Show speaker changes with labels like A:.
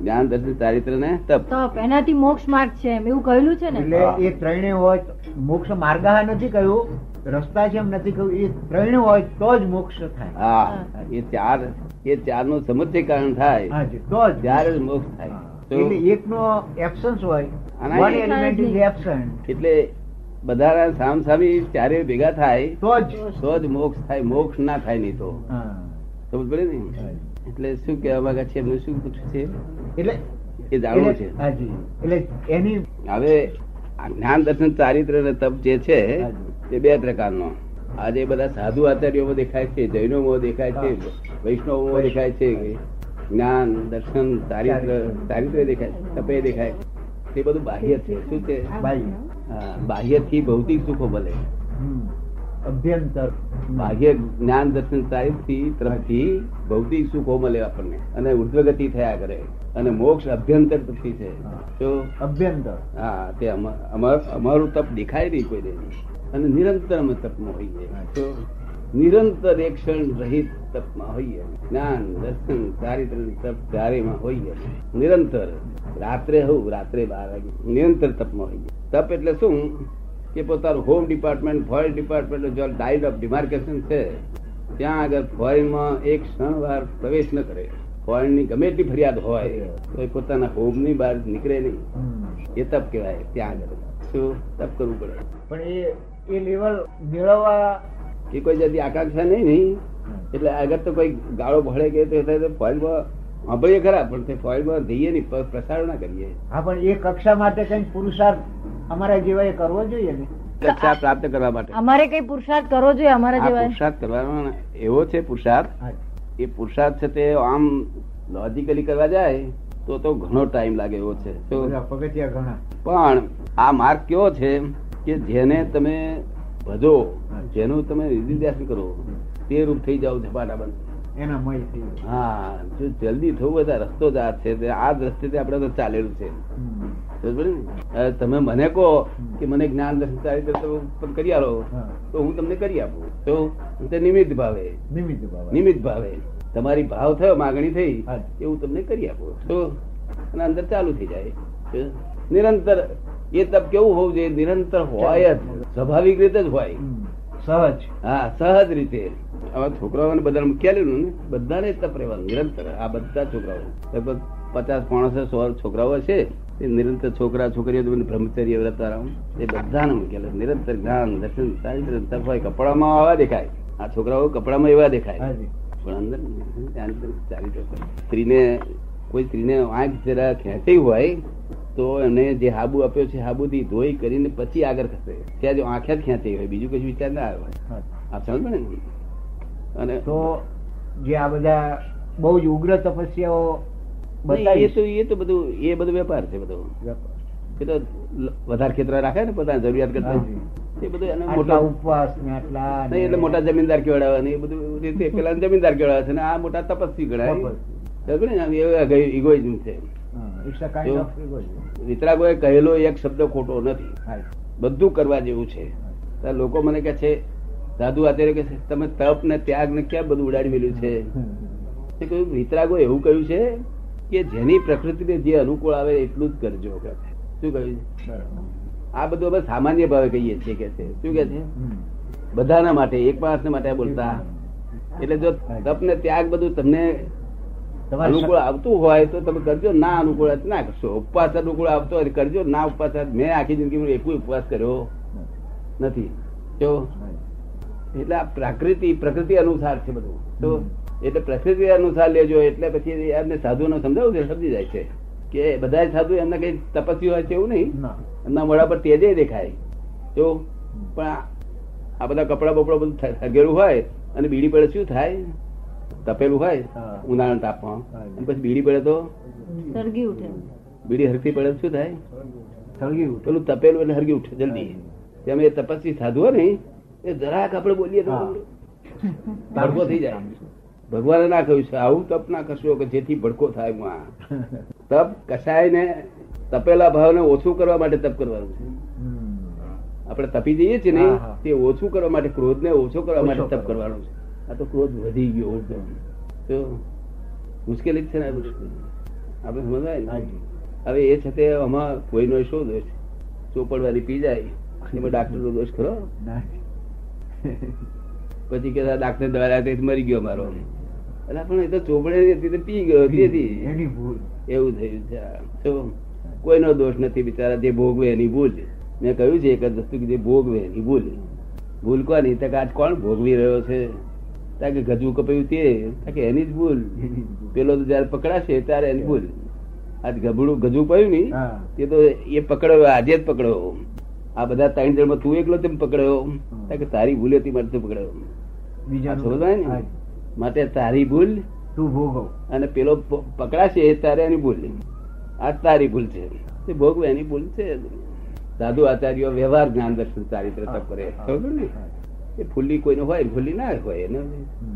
A: જ્ઞાન દર્શન ચારિત્ર ને તપ
B: તપ એનાથી મોક્ષ માર્ગ છે એમ એવું કહેલું છે ને
A: હા.
C: એટલે એ ત્રણેય હોય તો- મોક્ષ માર્ગ આ નથી કહ્યું રસ્તા છે એમ નથી કહ્યું એ ત્રણેય હોય તો જ મોક્ષ થાય
A: હા એ ચાર એ ચાર નું કારણ થાય
C: હા જી, તો જ
A: ત્યારે જ મોક્ષ થાય
C: હા.
A: તો
C: એટલે એકનો absence હોય
A: અને
C: one
A: A-
C: element is absent.
A: એટલે બધા સામસામી ચારે ભેગા થાય
C: તો જ
A: તો જ મોક્ષ થાય મોક્ષ ના થાય નહીં તો
C: હા.
A: સમજ પડે ને એટલે શું કહેવા માંગે છે એમનું શું પૂછ્યું છે
C: એટલે
A: એ જાણવું છે
C: એટલે- હા જી. એટલે એની
A: હવે આ જ્ઞાન દર્શન ચારિત્ર અને તપ જે છે એ બે પ્રકારનો આજે બધા સાધુ આચાર્યોમાં દેખાય છે જૈનોમાં દેખાય છે વૈષ્ણવોમાં દેખાય છે કે જ્ઞાન દર્શન ચારિત્ર ચારિત્ર દેખાય છે તપે દેખાય છે. તે બધું બાહ્ય છે શું છે
C: બાહ્ય.
A: બાહ્ય થી ભૌતિક સુખો મળે
C: હમ. અભ્યંતર
A: બાહ્ય જ્ઞાન દર્શન ચારિત્રથી તરફથી ભૌતિક સુખો મળે આપણને અને ઉર્ધ્વગતિ થયા કરે અને મોક્ષ અભ્યંતર તરફથી છે તો
C: અભ્યંતર
A: હા તે અમા- અમાર- અમારું તપ દેખાય નહીં કોઈ દેવી અને નિરંતર અમે તપમાં હોઈએ તો નિરંતર એક ક્ષણ રહિત તપમાં હોઈએ જ્ઞાન દર્શન ચારિત્ર અને તપ ચારેયમાં હોઈએ નિરંતર રાત્રે હોઉં રાત્રે બાર વાગે નિરંતર તપમાં હોઈએ તપ એટલે શું કે પોતાનું હોમ ડિપાર્ટમેન્ટ ફોરેન ડિપાર્ટમેન્ટ જો ડાયડ ઓફ ડિમાર્કેશન છે ત્યાં આગળ ફોરેનમાં એક ક્ષણ વાર પ્રવેશ ન કરે ફોરેનની ગમે એટલી ફરિયાદ હોય તો એ પોતાના હોમની બહાર નીકળે નહીં
C: હમ.
A: એ તપ કહેવાય ત્યાં આગળ શું તપ કરવું પડે
C: પણ એ એ લેવલ મેળવવા
A: એ કોઈ જાતિ આકાંક્ષા નહીં નહીં એટલે આગળ તો કોઈ ગાળો ભળે કે તો એટલે ફોઇલમાં સાંભળીએ ખરા પણ તે ફોઇલમાં જઈએ નહીં પ- પ્રસાર ના કરીએ
C: હા પણ એ કક્ષા માટે કંઈક પુરુષાર્થ અમારા જેવા એ કરવો જોઈએ ને
A: કક્ષા પ્રાપ્ત કરવા માટે
B: અમારે કઈ પુરુષાર્થ કરવો જોઈએ અમારા
A: આ
B: જેવા
A: પુરુષાર્થ કરવાનો એવો છે પુરુષાર્થ
C: હા.
A: એ પુરુષાર્થ છે તે આમ લોજિકલી કરવા જાય તો તો ઘણો ટાઈમ લાગે એવો છે તો
C: બધા પગથિયા ઘણા
A: પણ આ માર્ગ કેવો છે કે જેને તમે ભજો જેનું તમે નિર્દેશન કરો તે રૂપ થઈ જાવ ઝપાટા બંધ
C: એના મય થઈ ગયા.
A: હા જો જલ્દી થવું બધા રસ્તો જ આ છે તે આ દ્રષ્ટિથી આપણે તો ચાલેલું છે
C: હમ.
A: સમજ પડી ને? હવે તમે મને કહો કે મને જ્ઞાન દર્શન ચારિત્ર તો પણ કરી આલો
C: હા.
A: તો હું તમને કરી આપું તો તે નિમિત્ત ભાવે
C: નિમિત્ત બાબા
A: નિમિત્ત ભાવે તમારી ભાવ થયો માગણી થઈ
C: હા.
A: એ હું તમને કરી આપું તો અને અંદર ચાલુ થઈ જાય તો નિરંતર એ તપ કેવું હોવું જોઈએ નિરંતર હોય જ સ્વાભાવિક રીતે જ હોય
C: હમ. સહજ
A: હા સહજ રીતે આવા છોકરાઓને બધાને મૂકેલું ને બધાને જ તપ રહેવાનું નિરંતર આ બધા છોકરાઓ લગભગ પચાસ માણસો સો છોકરાઓ છે એ નિરંતર છોકરા છોકરીઓ તો બધા બ્રહ્મચર્ય વ્રતા રામ એ બધાને મૂકેલું નિરંતર જ્ઞાન દર્શન ચારિત્ર તપ હોય કપડામાં આવા દેખાય આ છોકરાઓ કપડામાં એવા દેખાય
C: હાજી
A: પણ અંદર જ્ઞાન દર્શન ચારિત્ર તપ. સ્ત્રીને કોઈ સ્ત્રીને આંખ જરા ખેંચી હોય તો એને જે હાબુ આપ્યો છે હાબુથી ધોઈ કરીને પછી આગળ ખસે ત્યાં જો આંખે જ ખેંચી હોય બીજું કશું વિચાર ના આવે
C: હા.
A: આપ સમજ પડે ને અને
C: તો જે આ બધા બહુ જ ઉગ્ર તપસ્યાઓ
A: નહીં, એ
C: બતાવી
A: તો એ તો બધું એ બધું વેપાર છે બધો એ તો લ- વધારે ખેતરા રાખે ને પોતાની જરૂરિયાત કરતા
C: હાજી.
A: એ બધું એને
C: આટલા
A: મોટા
C: ઉપવાસ ને આટલા
A: નહીં, એટલે મોટા જમીનદાર કેવડાવે ને એ બધું રીતે પેલા જમીનદાર કેવડાવે છે ને આ મોટા તપસ્વી ગણાય સમજ ને? આમ એવો egoism છે
C: ઇટ્સ અ કાઇન્ડ
A: તો-
C: ઓફ
A: વિતરાગોએ કહેલો એક શબ્દ ખોટો નથી બધું કરવા જેવું છે તો લોકો મને કહે છે સાધુ આચાર્ય કહે છે તમે તપ ને ત્યાગ ને ક્યાં બધું ઉડાડી મેલ્યું છે તે કહ્યું વિતરાગો એવું કહ્યું છે કે જેની પ્રકૃતિને જે અનુકૂળ આવે એટલું જ કરજો કે છે. શું કહ્યું છે? આ બધું અમે સામાન્ય ભાવે કહીએ છીએ કે છે શું કે છે બધાના માટે એક માણસને માટે બોલતા એટલે જો તપને ત્યાગ બધું તમને અનુકૂળ આવતું હોય તો તમે કરજો ના અનુકૂળ હોય તો ના કરશો ઉપવાસ અનુકૂળ આવતો હોય તો કરજો ના ઉપવાસ હોય તો મેં આખી જિંદગીમાં એકુય ઉપવાસ કર્યો નથી જો એટલે આ પ્રાકૃતિ પ્રકૃતિ અનુસાર છે બધું તો એટલે પ્રકૃતિ અનુસાર લેજો એટલે પછી એમને સાધુને સમજાવું છે સમજી જાય છે કે બધા સાધુ એમને કઈ તપસ્વી હોય છે એવું નહીં એમના મોઢા પર તેજે દેખાય જો પણ આ- આ બધા કપડા બપડા બધું થ- થગેલું હોય અને બીડી પડે શું થાય તપેલું હોય
C: હા.
A: ઉનાળાના તાપમાં
C: હા.
A: અને પછી બીડી પડે તો
B: સળગી ઉઠે
A: બીડી હરખી પડે તો શું થાય પેલું તપેલું એટલે હરગી ઉઠે જલ્દી તેમ એ તપસ્વી સાધુ હોય ને એ જરાક આપણે બોલીએ તો
C: હા.
A: ભડકો થઈ જાય ભગવાને ના કહ્યું છે આવું તપ ના કરશો કે જેથી ભડકો થાય માં તપ કસાયને તપેલા ભાવને ઓછું કરવા માટે તપ કરવાનું છે આપણે તપી જઈએ છીએ ને
C: હા, હા.
A: તે ઓછું કરવા માટે ક્રોધને ઓછો કરવા
C: ઓછો
A: માટે તપ
C: કરવા.
A: કરવાનો છે આ તો ક્રોધ વધી ગયો એકદમ. તો મુશ્કેલી જ છે ને આ બધી. આપણે સમજાય ને?
C: હાજી.
A: હવે એ છતે આમાં કોઈનો શું દોષ ચોપડવાળી પી જાય એમાં ડાક્ટરનો દોષ ખરો
C: ના.
A: પછી કે ડાક્ટર દ્વારા તે મરી ગયો મારો એટલે પણ એ તો ચોપડે હતી તો પી ગયો તેથી
C: એની ભૂલ
A: એવું થયું છે આ. તો કોઈનો દોષ નથી બિચારા જે ભોગવે એની ભૂલ મેં કહ્યું છે એક જ વસ્તુ કે જે ભોગવે એની ભૂલ ભૂલ કોની તો કે આજ કોણ ભોગવી રહ્યો છે તા કે ગજુ કપાયું તે તા કે એની જ ભૂલ
C: એની જ ભૂલ.
A: પેલો તો જયારે પકડાશે ત્યારે એની ભૂલ આજ ગભડું ગજુ પડ્યું ની
C: હા.
A: તે તો એ પકડ્યો આજે જ પકડ્યો આ બધા ત્રણ જણમાં તું એકલો તેમ પકડ્યો તા કે તારી ભૂલ હતી મારે તો પકડ્યો આ
C: બીજાનું-
A: સમજાય ને
C: હાજી.
A: માટે તારી ભૂલ
C: તું ભોગવ
A: અને પેલો પ- પકડાશે ત્યારે એની ભૂલ આ તારી ભૂલ છે તે ભોગવે એની ભૂલ છે સાધુ આચાર્યો વ્યવહાર જ્ઞાન દર્શન ચારિત્ર તપ કરે ખબર પડી ને?
C: હા.
A: એ ફૂલી કોઈને હોય ને ફૂલી ના હોય એને
C: હમ.